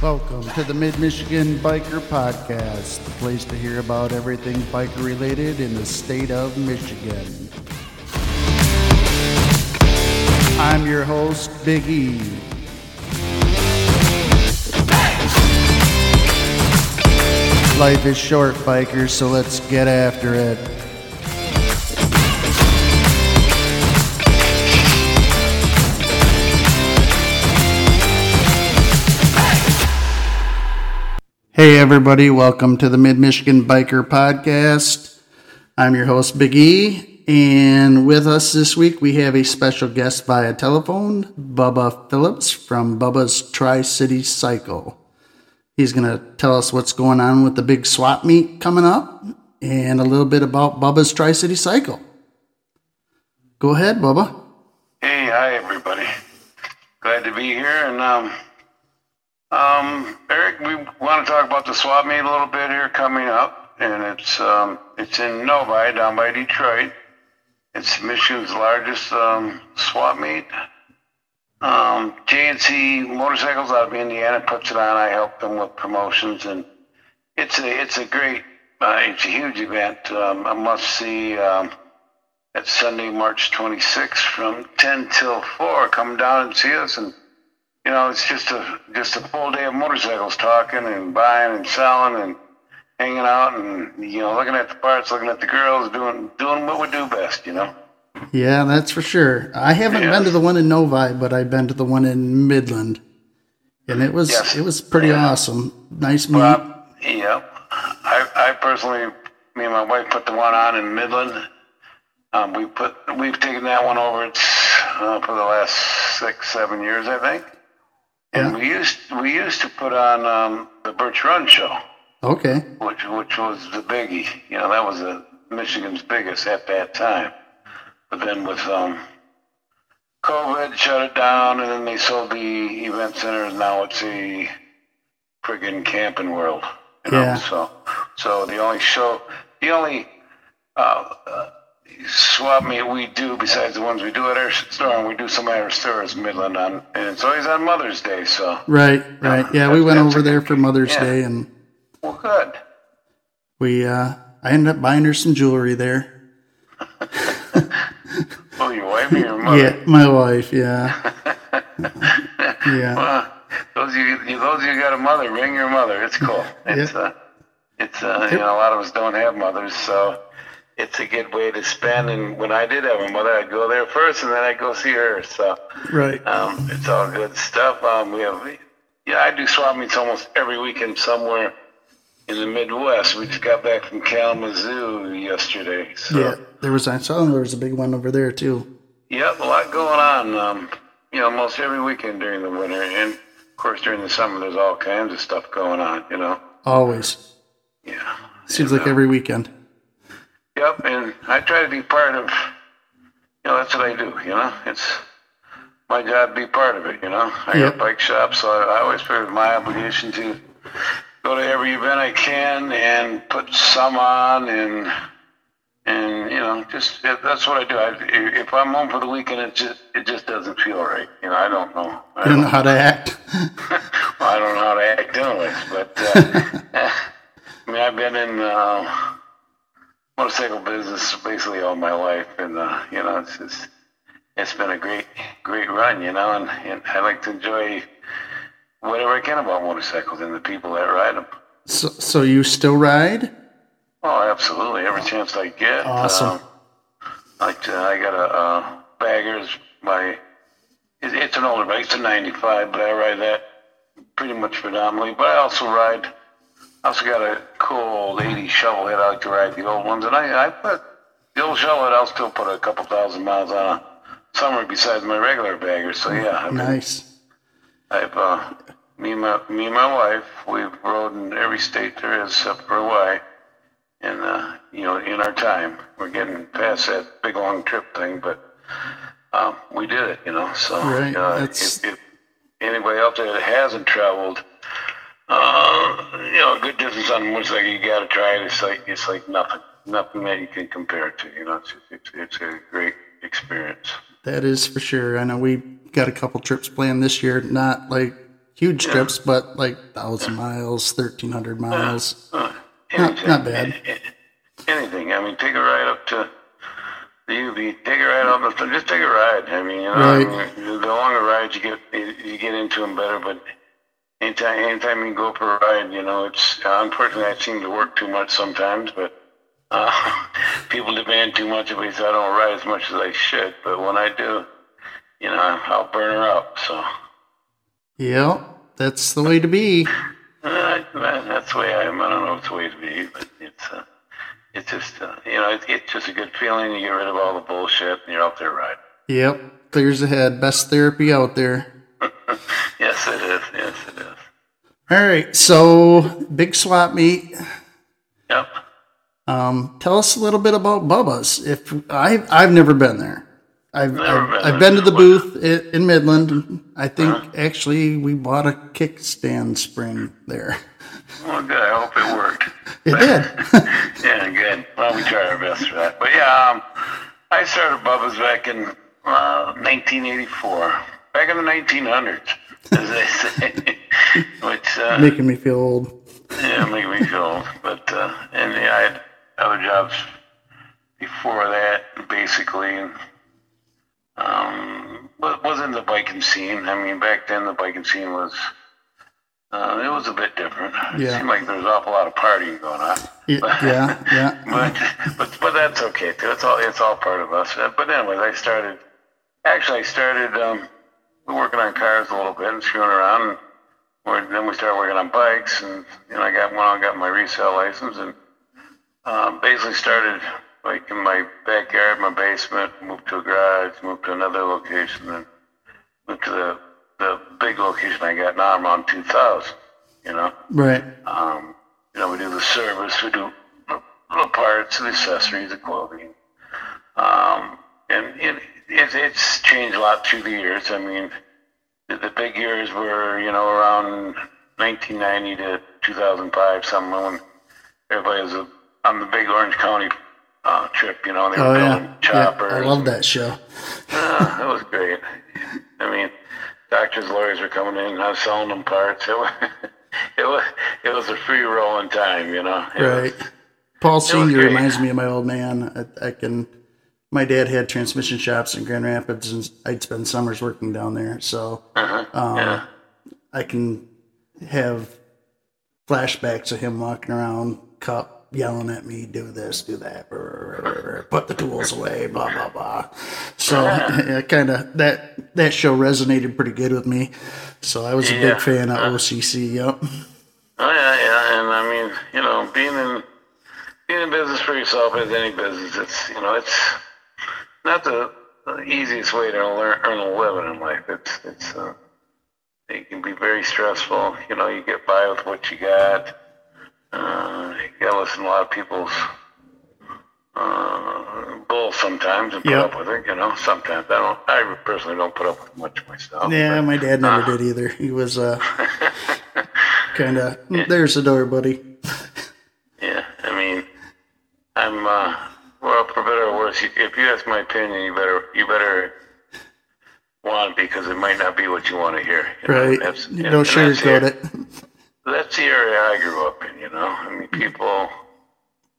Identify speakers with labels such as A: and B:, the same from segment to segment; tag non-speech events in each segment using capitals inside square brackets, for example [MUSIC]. A: the Mid Michigan Biker Podcast, the place to hear about everything biker related in the state of Michigan. I'm your host, Big E. Life is short, bikers, so let's get after it. Hey, everybody, welcome to the Mid Michigan Biker Podcast. I'm your host, Big E, and with us this week we have a special guest via telephone, Bubba Phillips from Bubba's Tri City Cycle. He's going to tell us what's going on with the big swap meet coming up and a little bit about Bubba's Tri City Cycle. Go ahead, Bubba.
B: Hey, hi everybody. Glad to be here. And um, um, Eric, we want to talk about the swap meet a little bit here coming up, and it's um, it's in Novi, down by Detroit. It's Michigan's largest um, swap meet. Um, JNC Motorcycles out of Indiana puts it on. I help them with promotions, and it's a it's a great uh, it's a huge event. Um, a must see. Um, that's Sunday, March 26th from 10 till 4. Come down and see us. And, you know, it's just a just a full day of motorcycles talking and buying and selling and hanging out and, you know, looking at the parts, looking at the girls, doing doing what we do best, you know.
A: Yeah, that's for sure. I haven't
B: Yeah.
A: been to the one in Novi, but I've been to the one in Midland, and it was
B: Yes.
A: it was pretty
B: Yeah.
A: awesome. Nice meet.
B: Bob, yep. I, I personally, me and my wife put the one on in Midland. Um, we put, we've taken that one over it's, uh, for the last six, seven years, I think. And we used, we used to put on um, the Birch Run show,
A: Okay,
B: which which was the biggie. You know, that was the Michigan's biggest at that time. But then with um, COVID, shut it down, and then they sold the event center, and now it's a friggin' camping world. You know?
A: Yeah.
B: So, so the only show, the only uh, uh, swap meet we do besides the ones we do at our store, and we do some at our store is Midland on, and it's always on Mother's Day. So,
A: right, right. Yeah, we went
B: That's-
A: over there for Mother's
B: yeah.
A: Day, and
B: well, good.
A: we uh, I ended up buying her some jewelry there.
B: Well, Oh, your wife
A: [LAUGHS]
B: or your mother?
A: Yeah, my wife.
B: [LAUGHS]
A: Yeah, yeah,
B: Well, those of you, you- those of you who got a mother, ring your mother. It's cool.
A: [LAUGHS]
B: It's
A: Yeah.
B: uh, it's uh, you know, a lot of us don't have mothers, so it's a good way to spend. And when I did have a mother, I'd go there first, and then I'd go see her. So
A: right.
B: um, it's all good stuff. Um, we have, yeah, I do swap meets almost every weekend somewhere in the Midwest. We just got back from Kalamazoo yesterday. So.
A: Yeah, there was I saw there was a big one over there too.
B: Yep, a lot going on. Um, you know, most every weekend during the winter, and of course during the summer, there's all kinds of stuff going on. You know.
A: Always
B: Yeah.
A: seems like every weekend.
B: Yep, and I try to be part of. You know, that's what I do. You know, it's my job to be part of it. You know, I
A: Yep.
B: got a bike shop, so I, I always feel it's my obligation to go to every event I can and put some on and. And you know, just that- that's what I do. I, if I'm home for the weekend, it just it just doesn't feel right. You know, I don't know. I
A: I don't know how to act. [LAUGHS]
B: well, I don't know how to act anyways, but uh, I mean, I've been in uh, motorcycle business basically all my life, and uh, you know, it's just, it's been a great, great run, you know, and, and I like to enjoy whatever I can about motorcycles and the people that ride them.
A: so, so you still ride?
B: Oh, absolutely, every chance I get.
A: Awesome.
B: Um, like uh, I got a uh, baggers. My it, it's an older bike. It's a '95, but I ride that pretty much predominantly. But I also ride. I also got a cool old '80 shovel head. I like to ride the old ones, and I, I put the old shovel head. I'll still put a couple thousand miles on a summer besides my regular bagger. So yeah, I've, been-
A: Nice.
B: I've uh, me and my me and my wife. We've rode in every state there is except for Hawaii. And uh, you know, in our time, we're getting past that big long trip thing, but um, we did it, you know. So
A: Right,
B: uh,
A: that's-
B: if, if anybody out there that hasn't traveled, uh, you know, a good distance on a motorcycle, you got to try it. It's like it's like nothing, nothing that you can compare it to. You know, it's it's, it's a great experience.
A: That is for sure. I know we got a couple trips planned this year, not like huge trips, but like thousand miles, thirteen hundred
B: Uh,
A: miles.
B: Anything.
A: not bad.
B: A- a- Anything. I mean, take a ride up to the UV. Take a ride up to just take a ride. I mean, you know, I
A: Right.
B: mean, the longer rides you get, you- you get into them better. But anytime, anytime you go for a ride, you know, it's unfortunately I seem to work too much sometimes, but. Uh, [LAUGHS] people demand too much of me, so I don't ride as much as I should. But when I do, you know, I'll burn her up. So
A: Yep, that's the way to be.
B: Uh, that- that's the way I am. I don't know if it's the way to be, but it's uh, it's just uh, you know, it's, it's just a good feeling. You get rid of all the bullshit, and you're out there riding.
A: Yep, clears the head. Best therapy out there.
B: Yes, it is. Yes, it is.
A: All right, so big swap meet.
B: Yep.
A: Um, tell us a little bit about Bubba's. If I I've never been there. I've
B: Never
A: I've,
B: been
A: I've
B: there. Uh-huh.
A: been to the booth i- in Midland. I think actually we bought a kickstand spring there.
B: Well, good. I hope it worked. [LAUGHS]
A: It did.
B: Yeah, good. Well, we tried our best for that. But yeah, um, I started Bubba's back in uh, 1984, back in the 1900s, as they say. [LAUGHS] Which uh,
A: Making me feel old.
B: Yeah, make me feel old. But uh, and yeah, I had other jobs before that, basically. Um, but wasn't the biking scene. I mean, back then the biking scene was uh, it was a bit different. It
A: Yeah.
B: seemed like there was an awful lot of partying going on.
A: Y- Yeah, yeah.
B: But but but that's okay too. It's all it's all part of us. Uh, But anyways, I started. Actually, I started um, working on cars a little bit and screwing around. And we're, then we started working on bikes, and you know, I got when I got my resale license, and um, basically started like in my backyard, my basement, moved to a garage, moved to another location, and moved to the the big location I got now. I'm on 2,000. You know.
A: Right.
B: Um, you know, we do the service, we do the parts, the accessories, the clothing. Um, and it, it, it's changed a lot through the years. I mean, the, the big years were, you know, around 1990 to 2005, something when everybody was uh, on the big Orange County uh, trip, you know, they were
A: Oh
B: building
A: yeah. yeah.
B: choppers.
A: I love that show.
B: Ah, that was great. I mean, doctors, lawyers were coming in, and I was selling them parts. It was, [LAUGHS] it was, it was a free rolling time, you know. It was-
A: Right. [LAUGHS] Paul Senior
B: great.
A: reminds me of my old man. I, I can. My dad had transmission shops in Grand Rapids, and I'd spend summers working down there. So um,
B: Uh-huh. yeah.
A: I can have flashbacks of him walking around, cup yelling at me, do this, do that, brr, brr, brr, brr, put the tools away, blah blah blah. So
B: Uh-huh.
A: [LAUGHS] yeah, kind of that that show resonated pretty good with me. So I was a
B: Yeah. Uh-huh.
A: big fan of OCC. Yep.
B: Oh yeah, yeah, and I mean, you know, being in being in business for yourself as any business, it's you know, it's not the the easiest way to learn, earn a living in life. It's it's uh, it can be very stressful. You know, you get by with what you got. Uh, you gotta listen to a lot of people's uh, bull sometimes and put
A: Yep.
B: up with it. You know, sometimes I don't. I personally don't put up with much myself.
A: Yeah, my dad never did either. He was
B: [LAUGHS]
A: uh, kind of there's the door, buddy.
B: Yeah, I mean, I'm uh, well for better or worse. you- If you ask my opinion, you better you better want it because it might not be what you want to hear. you know?
A: Right?
B: That's-
A: You
B: and-
A: don't
B: and that's the-
A: sugarcoat it.
B: that's the area I grew up in, you know. I mean, people.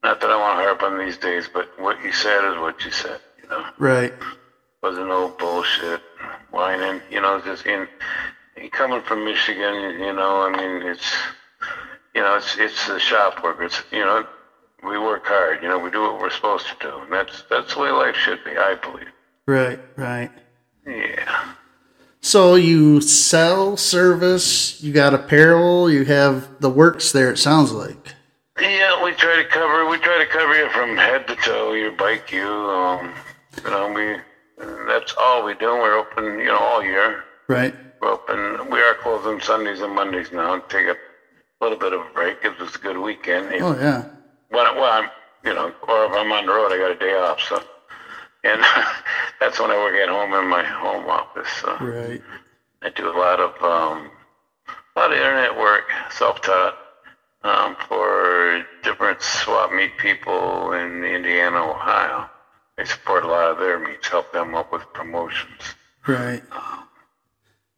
B: Not that I want to harp on these days, but what you said is what you said. You know,
A: Right.
B: wasn't no bullshit whining. You know, just in, in coming from Michigan, you know, I mean, it's you know, it's it's the shop work. It's you know, we work hard. You know, we do what we're supposed to do, and that's that's the way life should be, I believe.
A: Right. Right.
B: Yeah.
A: So you sell service, you got apparel, you have the works there, it sounds like.
B: Yeah, we try to cover. We try to cover you from head to toe. Your bike, you, um, you know, we. That's all we do. We're open, you know, all year.
A: Right.
B: We're open. We are closing Sundays and Mondays now. Take a little bit of a break. It's just a good weekend. If-
A: Oh yeah.
B: when, I- when I'm, you know, or if I'm on the road, I got a day off. So, and [LAUGHS] that's when I work at home in my home office. So
A: Right.
B: I do a lot of um, a lot of internet work, self-taught, um, for different swap meet people in Indiana, Ohio. I support a lot of their meets, help them up with promotions,
A: Right.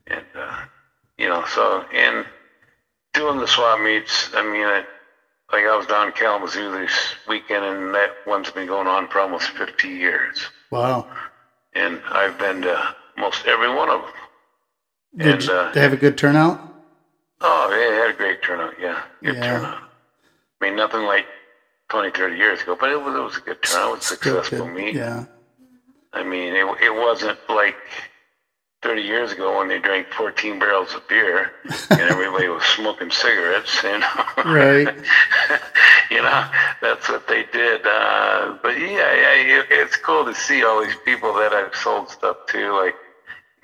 B: and uh, you know, so, and doing the swap meets, I mean, I, like I was down in Kalamazoo this weekend and that one's been going on for almost 50 years.
A: Wow.
B: And I've been to most every one of them.
A: Did
B: And,
A: you-
B: uh,
A: they have a good turnout?
B: Oh, yeah, it had a great turnout. Yeah, good
A: Yeah.
B: turnout. I mean, nothing like 20, 30 years ago, but it was, it was a good turnout. It was a
A: Still
B: successful
A: good.
B: meet.
A: Yeah.
B: I mean, it, it wasn't like 30 years ago when they drank 14 barrels of beer and everybody was smoking cigarettes, you know. [LAUGHS]
A: Right.
B: you know, that's what they did. Uh, but yeah, yeah it, it's cool to see all these people that I've sold stuff to, like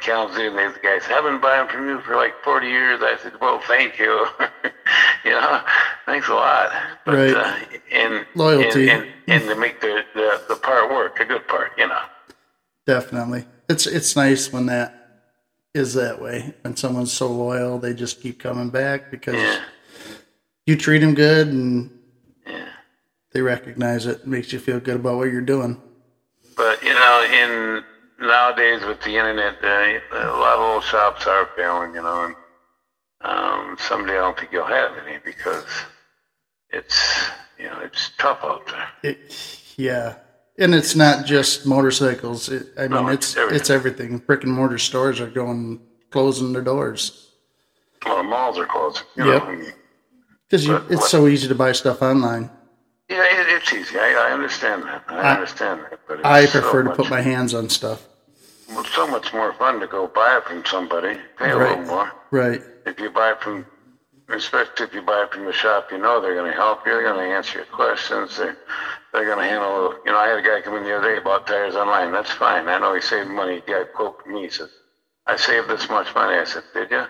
B: Kalamazoo. and These guys, I've been buying from you for like 40 years. I said, well, thank you. [LAUGHS] you know, thanks a lot. [LAUGHS] But,
A: Right.
B: Uh, and
A: Loyalty.
B: and, and, and to make the, the the part work, a good part, you know.
A: Definitely. It's it's nice when that is that way. When someone's so loyal, they just keep coming back because
B: Yeah.
A: you treat them good and
B: Yeah.
A: they recognize it. Makes you feel good about what you're doing.
B: But you know, in nowadays with the internet, uh, a lot of little shops are failing. You know, and um, someday I don't think you'll have any because it's you know it's tough out there.
A: It, yeah. And it's not just motorcycles. It, I mean,
B: No, it's
A: it's
B: everything.
A: it's everything. Brick and mortar stores are going closing their doors
B: Well, the malls are closed. You
A: Yep.
B: know, and-
A: because
B: But
A: it's
B: what-
A: so easy to buy stuff online.
B: yeah, it, it's easy. I, I understand that. I, understand that. But it's
A: I prefer to
B: so
A: put
B: much,
A: my hands on stuff.
B: well, so much more fun to go buy it from somebody, pay a
A: Right.
B: little more.
A: Right.
B: if you buy from, especially if you buy from the shop, you know they're going to help you. They're going to answer your questions. They're, they're going to handle. You know, I had a guy come in the other day bought tires online. That's fine. I know he saved money. He got a quote from me. He says, "I saved this much money." I said, "Did you?"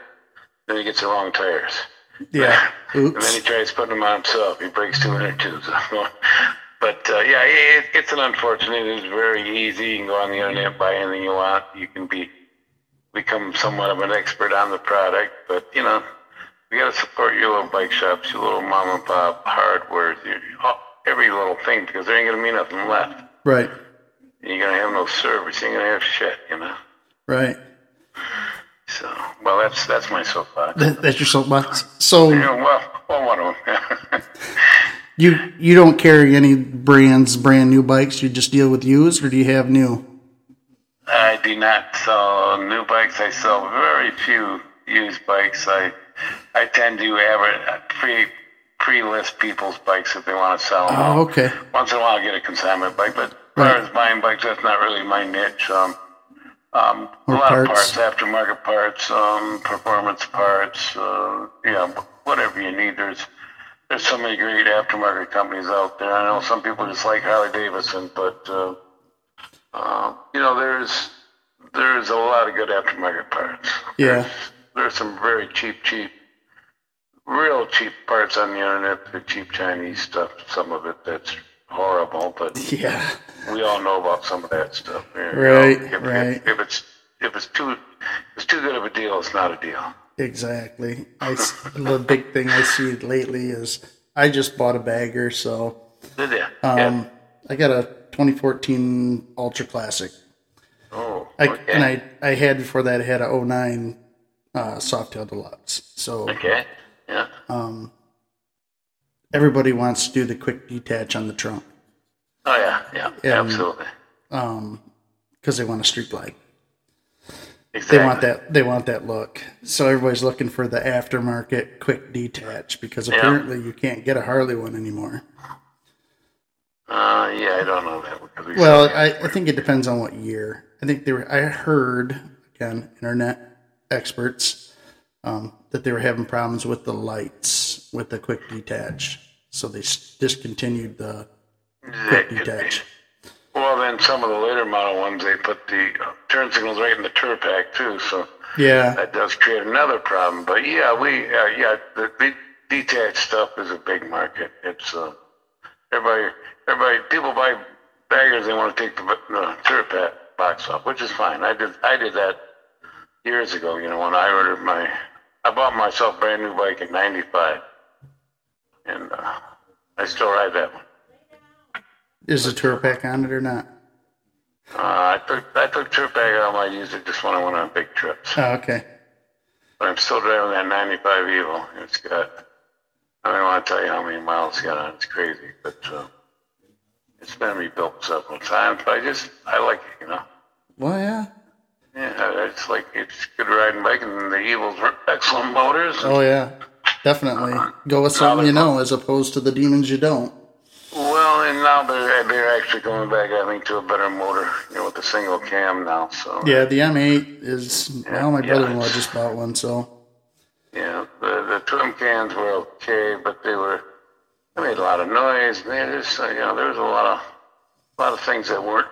B: Then he gets the wrong tires. [LAUGHS]
A: Yeah.
B: And then he
A: Oops.
B: tries putting them on himself. He breaks two inner tubes. [LAUGHS] but uh, yeah, it, it- it's an unfortunate. It's very easy. You can go on the internet, buy anything you want. You can be become somewhat of an expert on the product. But you know, we got to support your little bike shops, your little mom and pop hardware, your, all- every little thing, because there ain't gonna be nothing left.
A: Right.
B: You're gonna have no service. You're gonna have shit. You know.
A: Right.
B: So well, that's that's my soapbox.
A: That, that's your soapbox. So.
B: You know, well, well, one of [LAUGHS] them.
A: You you don't carry any brands, brand new bikes. You just deal with used, or do you have new?
B: I do not sell new bikes. I sell very few used bikes. I I tend to average pre pre list people's bikes if they want to sell them.
A: Oh, okay.
B: Once in a while, I get a consignment bike, but as far
A: Right.
B: as buying bikes, that's not really my niche. Um, um, a
A: Or
B: lot
A: parts.
B: of parts, aftermarket parts, um, performance parts, uh, yeah, wh- whatever you need. There's there's so many great aftermarket companies out there. I know some people just like Harley Davidson, but uh, uh, you know there's there's a lot of good aftermarket parts.
A: Yeah,
B: There's some very cheap, cheap, real cheap parts on the internet. The cheap Chinese stuff. Some of it that's horrible,
A: [LAUGHS]
B: but
A: yeah,
B: we all know about some of that stuff. you know.
A: Right,
B: If- if,
A: right.
B: If, it's if it's too if it's too good of a deal, it's not a deal.
A: exactly. I s the big thing I see lately is I just bought a bagger, so
B: Did ya?
A: um,
B: yeah.
A: I got a 2014 Ultra Classic,
B: Oh.
A: I,
B: okay.
A: and I I had before that I had a 09 uh, Softail Deluxe. So
B: okay. Yeah.
A: Uh, everybody wants to do the quick detach on the trunk
B: oh yeah. Yeah.
A: um,
B: absolutely.
A: because they want a street glide.
B: Exactly.
A: they want that they want that look so everybody's looking for the aftermarket quick detach because apparently you can't get a harley one anymore
B: Uh, yeah, I don't know that because we
A: well I, I think it depends on what year i think they were i heard again internet experts um, that they were having problems with the lights with the quick detach so they s- discontinued the
B: that
A: quick
B: could be.
A: detach
B: Well, then some of the later model ones they put the uh, turn signals right in the tur pack too, so
A: yeah
B: that does create another problem. But yeah, we uh, yeah the, the detached stuff is a big market. It's uh, everybody everybody people buy baggers. They want to take the, the turret pack box off, which is fine. I did I did that years ago. You know when I ordered my I bought myself a brand new bike in '95, and uh, I still ride that one.
A: is the tour pack on it or not
B: Uh, I took I took trip bag out. I used it just when I went on big trips.
A: oh, okay
B: But I'm still driving that 95 Evil. It's got, I don't want to tell you how many miles it's got on. it. It's crazy, but uh, it's been rebuilt several times. But I just, I like it, you know.
A: Well, yeah.
B: Yeah, I- it's like it's good riding bike, and the Evils were [LAUGHS] excellent motors.
A: Oh, yeah. Definitely. Go with something you know as opposed to the demons you don't.
B: Well, and now they're they're actually going back, I think, to a better motor, you know, with the single cam now. So
A: Yeah, the M8 is. Well, my
B: Yeah.
A: brother in law just bought one, so.
B: Yeah, the, the trim cans were okay, but they were they made a lot of noise. and They just uh, you know there was a lot of a lot of things that weren't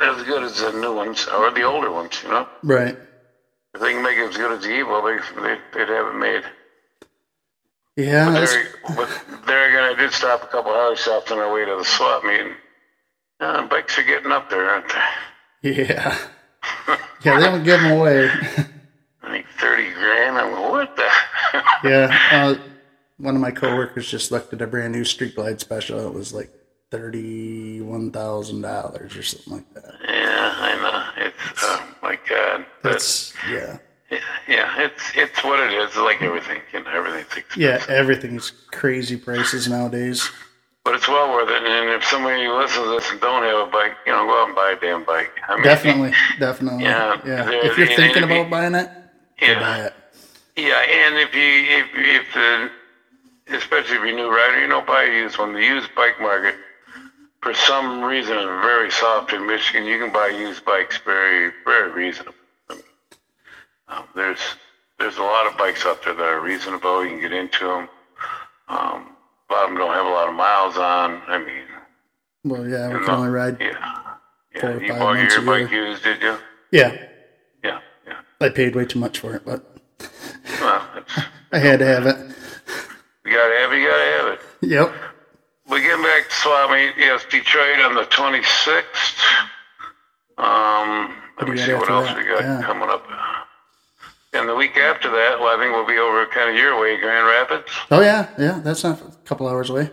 B: as good as the new ones or the older ones. You know,
A: Right.
B: if they can make it as good as the Evo, they, they they'd have it made.
A: Yeah. that's-
B: There, but there again, I did stop a couple hours shops on our way to the swap meeting. Uh, bikes are getting up there, aren't they? [LAUGHS]
A: Yeah. Yeah, they don't give them away. [LAUGHS]
B: I think thirty grand. I'm like, what the? [LAUGHS]
A: yeah. Uh, one of my coworkers just looked at a brand new Street Glide special. It was like $31,000 or something like that.
B: yeah, I know. It's uh, my God. But-
A: That's, yeah.
B: Yeah, it's it's what it is. Like everything, you know, everything's expensive.
A: Yeah, everything's crazy prices nowadays.
B: But it's well worth it. And if somebody listens to this and don't have a bike, you know, go out and buy a damn bike. I mean, [LAUGHS]
A: Definitely, definitely.
B: Yeah, there-
A: If you're
B: and
A: thinking
B: if you-
A: about buying it, go
B: Yeah,
A: buy it.
B: yeah. And if you if if the especially if you're a new rider, you don't buy a used one. The used bike market, for some reason, is very soft in Michigan. You can buy used bikes very very reasonable. I mean, um, there's there's a lot of bikes out there that are reasonable. You can get into them. Um, a lot of them don't have a lot of miles on. I mean,
A: Well, yeah, we can only ride.
B: yeah,
A: Four
B: yeah.
A: or
B: You
A: five
B: bought
A: months
B: your
A: a
B: bike used, did you?
A: Yeah,
B: Yeah, yeah.
A: I paid way too much for it, but
B: Well, it's,
A: I had to have it.
B: you gotta have it. You gotta have it.
A: Yep.
B: We getting back to swap meet. Yes, Detroit on the 26th. Um, let
A: do you
B: me see
A: got
B: what
A: after
B: else
A: that?
B: we got
A: Yeah.
B: coming up. And the week after that, well, I think we'll be over kind of your way, Grand Rapids.
A: Oh yeah, yeah. That's not a couple hours away.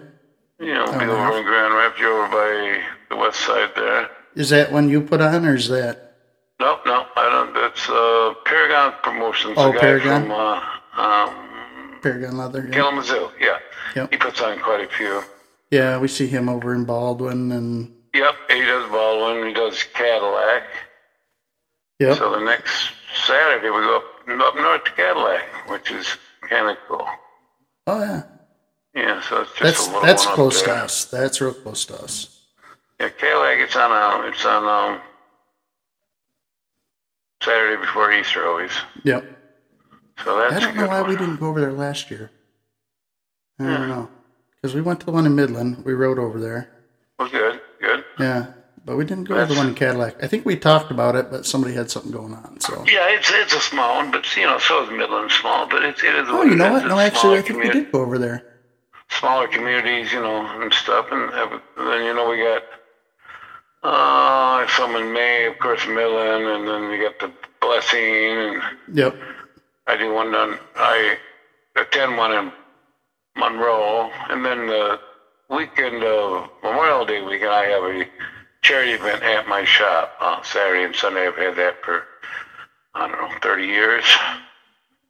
B: You know, we'll be
A: Oh, yeah.
B: over in Grand Rapids, you're over by the west side there.
A: Is that one you put on, or is that?
B: No, no, I don't. That's uh, Paragon Promotions.
A: Oh,
B: the guy
A: Paragon.
B: From, uh, um,
A: Paragon leather. Yeah.
B: Kalamazoo, yeah.
A: Yep.
B: He puts on quite a few.
A: yeah, we see him over in Baldwin, and
B: Yep, he does Baldwin, he does Cadillac.
A: yep,
B: So the next Saturday, we go up, up north to Cadillac, which is kind of cool.
A: oh yeah,
B: Yeah, so it's just a
A: that's
B: little
A: that's
B: one up
A: close to
B: there.
A: us. That's real close to us.
B: Yeah, Cadillac, it's on, um, it's on um, Saturday before Easter always.
A: Yep.
B: So that's
A: I
B: a
A: don't
B: good
A: know why
B: one. Hmm.
A: we didn't go over there last year. I don't know because we went to the one in Midland. We rode over there.
B: Well, good, good.
A: Yeah, but we didn't go over the one in Cadillac. I think we talked about it, but somebody had something going on. So.
B: Yeah, it's it's a small one, but you know, so is Midland small, but it's it is.
A: Oh,
B: what
A: you
B: it
A: know
B: is.
A: what?
B: It's
A: No,
B: a
A: actually,
B: smaller
A: I think we
B: community.
A: did go over there.
B: smaller communities, you know, and stuff. And uh, then, you know, we got uh, some in May, of course, Millen, and then we got the Blessing. And
A: Yep.
B: I do one on, I attend one in Monroe. And then the weekend of Memorial Day weekend, I have a charity event at my shop on Saturday and Sunday. I've had that for, I don't know, 30 years,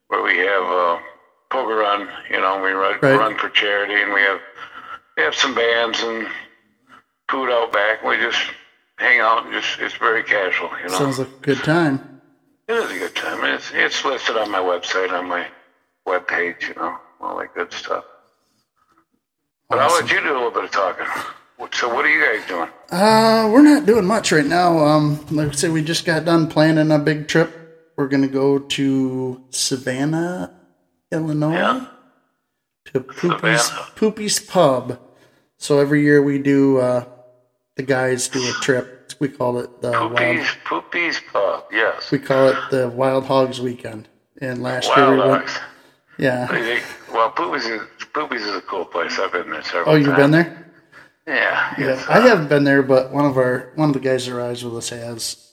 B: where we have a poker run, you know, we run,
A: Right.
B: run for charity and we have, we have some bands and food out back. We just hang out and just, it's very casual, you know.
A: Sounds like a good time.
B: It was a good time. and It's it's listed on my website, on my webpage, you know, all that good stuff. But I'll let you do a little bit of talking. What- So what are you guys doing?
A: Uh, we're not doing much right now. Um, like I said, we just got done planning a big trip. We're gonna go to Savannah, Illinois,
B: Yeah.
A: to Poopy's
B: Savannah.
A: Poopy's Pub. So every year we do. Uh, the guys do a trip. We call it the wild.
B: Poopies, Poopies Pub, yes.
A: We call it the Wild Hogs Weekend. And last year
B: Wild
A: we went.
B: Ox.
A: Yeah.
B: Well, Poopies is, Poopies is a cool place. I've been there several
A: Oh,
B: times.
A: you've been there.
B: Yeah.
A: Yeah,
B: it's,
A: I
B: uh,
A: haven't been there, but one of our one of the guys that rides with us has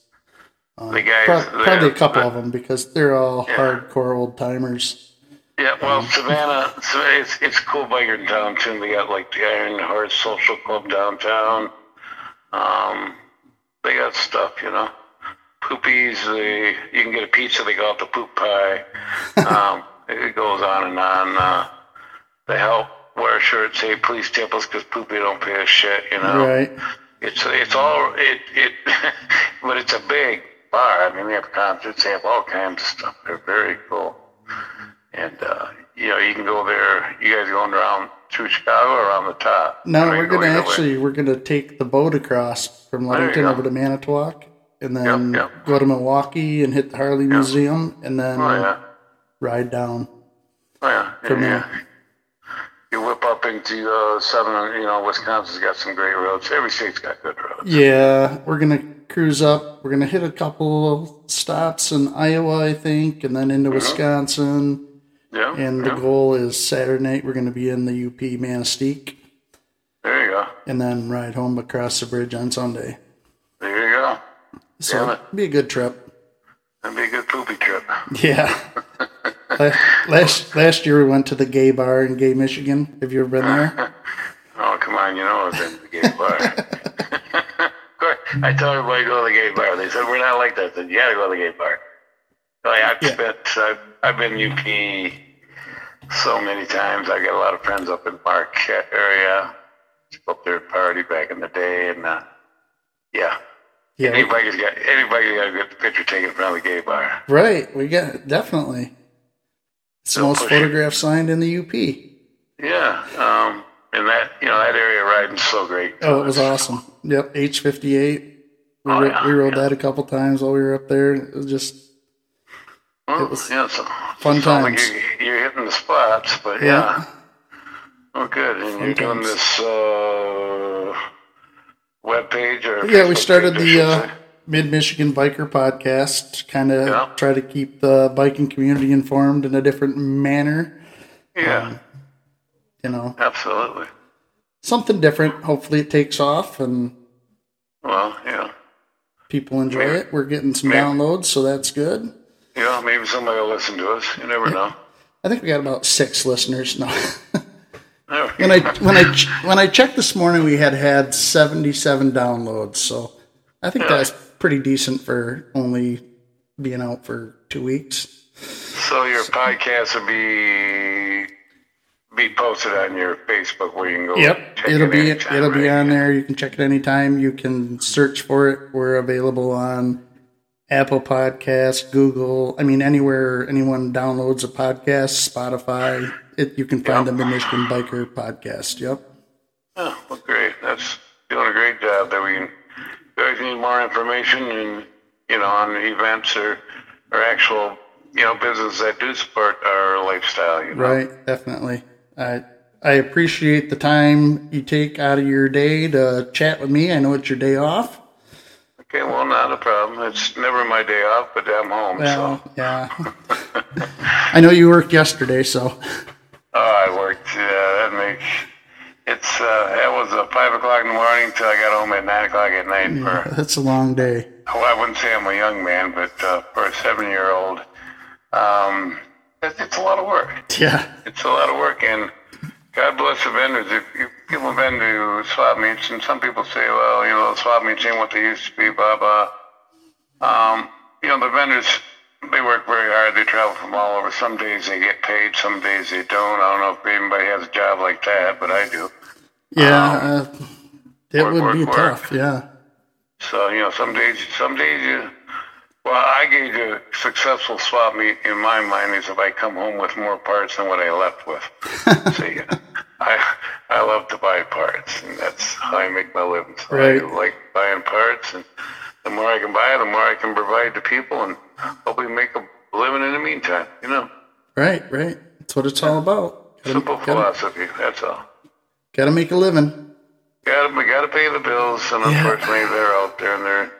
B: the guys
A: uh, Pro-
B: there-
A: probably a couple of them because they're all hardcore old timers.
B: Yeah, well, Savannah, Savannah it's, it's a cool biker town, too. They got, like, the Iron Horse Social Club downtown. Um, they got stuff, you know. poopies. They, you can get a pizza. They call it the poop pie. Um, it goes on and on. Uh, they help wear shirts. Say, please tip us because poopy don't pay us shit. You know.
A: Right.
B: It's it's all it it, [LAUGHS] but it's a big bar. I mean, we have concerts. They have all kinds of stuff. They're very cool. And uh, you know, you can go there. You guys going around through Chicago or around the top?
A: No,
B: Or you
A: we're
B: go
A: gonna
B: either way?
A: actually we're gonna take the boat across from Ludington
B: go.
A: over to Manitowoc, and then
B: Yep, yep.
A: go to Milwaukee and hit the Harley Museum, and then
B: Oh yeah,
A: ride down.
B: oh yeah, yeah.
A: From
B: yeah.
A: there.
B: You whip up into uh, southern. You know, Wisconsin's got some great roads. Every state's got good roads.
A: Yeah, we're gonna cruise up. We're gonna hit a couple stops in Iowa, I think, and then
B: Mm-hmm.
A: into Wisconsin.
B: Yeah.
A: And the
B: yeah.
A: goal is Saturday night we're gonna be in the UP Manistee,
B: there you go.
A: and then ride home across the bridge on Sunday.
B: There you go.
A: So
B: Damn it.
A: it'll be a good trip.
B: That'd be a good poopy trip. [LAUGHS]
A: Yeah. La- last last year we went to the gay bar in Gay Michigan. Have you ever been
B: [LAUGHS]
A: there?
B: Oh come on, you know I was in the gay
A: [LAUGHS]
B: bar. [LAUGHS] of course, I tell everybody to go to the gay bar. They said we're not like that. I said you got to go to the gay bar. Like, I've
A: Yeah.
B: spent. I've, I've been UP so many times. I got a lot of friends up in Marquette area. Up there at party back in the day, and uh, yeah,
A: Yeah.
B: anybody's got anybody's got a good picture taken from the gay bar.
A: Right. We got definitely. It's the
B: They'll
A: most
B: push it.
A: photographs signed in the UP.
B: Yeah, um, and that you know that area riding's so great.
A: Oh, it was awesome. Yep, H fifty eight. We
B: Oh,
A: ro-
B: yeah,
A: we rode
B: yeah.
A: that a couple times while we were up there. It was just
B: Well,
A: It was
B: Oh, yeah, so
A: fun
B: sounds like
A: times.
B: you're, you're hitting the spots, but yeah.
A: Yeah.
B: Oh, good. And
A: Fun
B: you're doing
A: times.
B: this uh, web page or
A: yeah. We
B: Facebook
A: started
B: page, I should
A: the uh,
B: say.
A: Mid Michigan Biker Podcast. Kind of
B: Yeah.
A: try to keep the biking community informed in a different manner.
B: yeah,
A: um, You know,
B: absolutely.
A: something different. Hopefully, it takes off and
B: Well, yeah,
A: people enjoy
B: Maybe.
A: it. We're getting some
B: Maybe.
A: downloads, so that's good.
B: yeah. Maybe somebody will listen to us. You never know.
A: I think we got about six listeners now.
B: Never-
A: [LAUGHS] when I when I ch- when I checked this morning, we had had seventy seven downloads. So I think that's pretty decent for only being out for two weeks.
B: [LAUGHS] so your podcast will be be posted on your Facebook where you can go. check
A: it'll
B: it
A: be
B: anytime,
A: it'll be
B: right?
A: on there. You can check it anytime. You can search for it. We're available on Apple Podcasts, Google. I mean, anywhere anyone downloads a podcast, Spotify. It, you can find the Michigan Biker Podcast. Yep.
B: Oh, well, great. That's doing a great job. That we can, if you guys need more information and you know on events or or actual you know businesses that do support our lifestyle. You know,
A: Right, definitely. I I appreciate the time you take out of your day to chat with me. I know it's your day off.
B: Okay, well, not a problem. It's never my day off, but I'm home.
A: Well,
B: so,
A: yeah. [LAUGHS] I know you worked yesterday, so [LAUGHS]
B: oh, I worked. Yeah, that makes it's. Uh, it was uh, five o'clock in the morning till I got home at nine o'clock at night. For
A: that's a long day.
B: well, I wouldn't say I'm a young man, but uh, for a seven-year-old, um, it's, it's a lot of work.
A: Yeah,
B: it's a lot of work, and God bless the vendors. If you people have been to swap meets, and some people say, well, you know, swap meets ain't what they used to be, blah, blah. Um, you know, the vendors, they work very hard. They travel from all over. Some days they get paid, some days they don't. I don't know if anybody has a job like that, but I do.
A: yeah. Uh, it
B: Work,
A: would
B: work,
A: be
B: work.
A: tough. Yeah,
B: So, you know, some days, some days you, well, I gauge a successful swap meet in my mind is if I come home with more parts than what I left with. See, I, I love to buy parts and that's how I make my living. So
A: Right.
B: I like buying parts and the more I can buy, the more I can provide to people and hopefully make a living in the meantime, you know,
A: right, right. That's what it's all about. Gotta,
B: simple
A: gotta,
B: philosophy. That's all.
A: gotta make a living.
B: Got to, got to pay the bills, and
A: Yeah.
B: unfortunately, they're out there and they're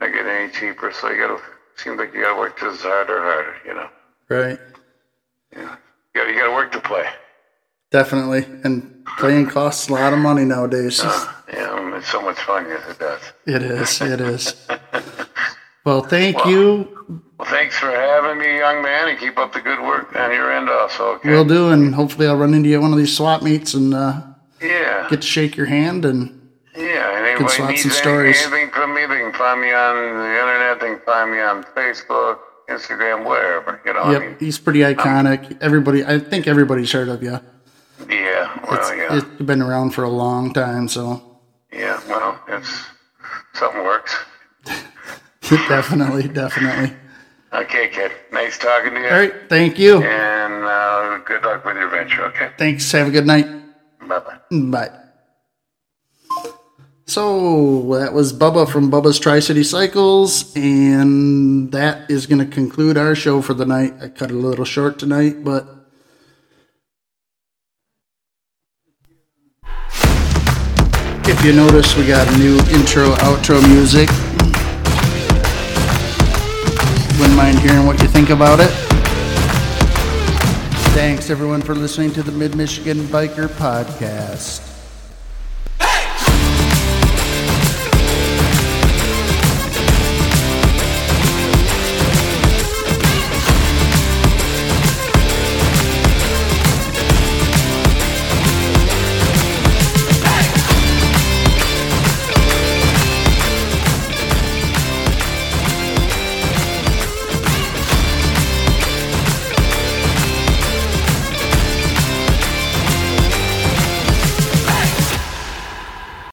B: not getting any cheaper. So you got to seems like you got to work just as hard or harder. You know,
A: Right,
B: yeah. you got you got to work to play.
A: definitely. And playing costs a lot of money nowadays.
B: Uh, yeah, and it's so much fun. Yes, it does.
A: It is. It is. Well, thank you.
B: Well, thanks for having me, young man, and keep up the good work on your end, also. Okay.
A: Will do, and hopefully I'll run into you at one of these swap meets and uh,
B: yeah,
A: get to shake your hand. And
B: yeah, and
A: American
B: Anybody
A: Slots and
B: needs any-
A: Stories.
B: Anything from me, they can find me on the internet. They can find me on Facebook, Instagram, wherever. You know,
A: Yep, he's pretty iconic. Everybody, I think everybody's heard of you.
B: I mean, yeah, well, Oh, yeah,
A: It's been around for a long time, so [LAUGHS]
B: yeah, well, it's something works.
A: definitely, definitely.
B: Okay, kid. Nice talking to you,
A: All right, thank you.
B: and uh, good luck with your venture. Okay,
A: Thanks. Have a good night.
B: bye bye.
A: Bye. So that was Bubba from Bubba's Tri City Cycles, and that is going to conclude our show for the night. I cut it a little short tonight, but if you notice, we got a new intro outro music. Wouldn't mind hearing what you think about it. Thanks everyone for listening to the Mid Michigan Biker Podcast.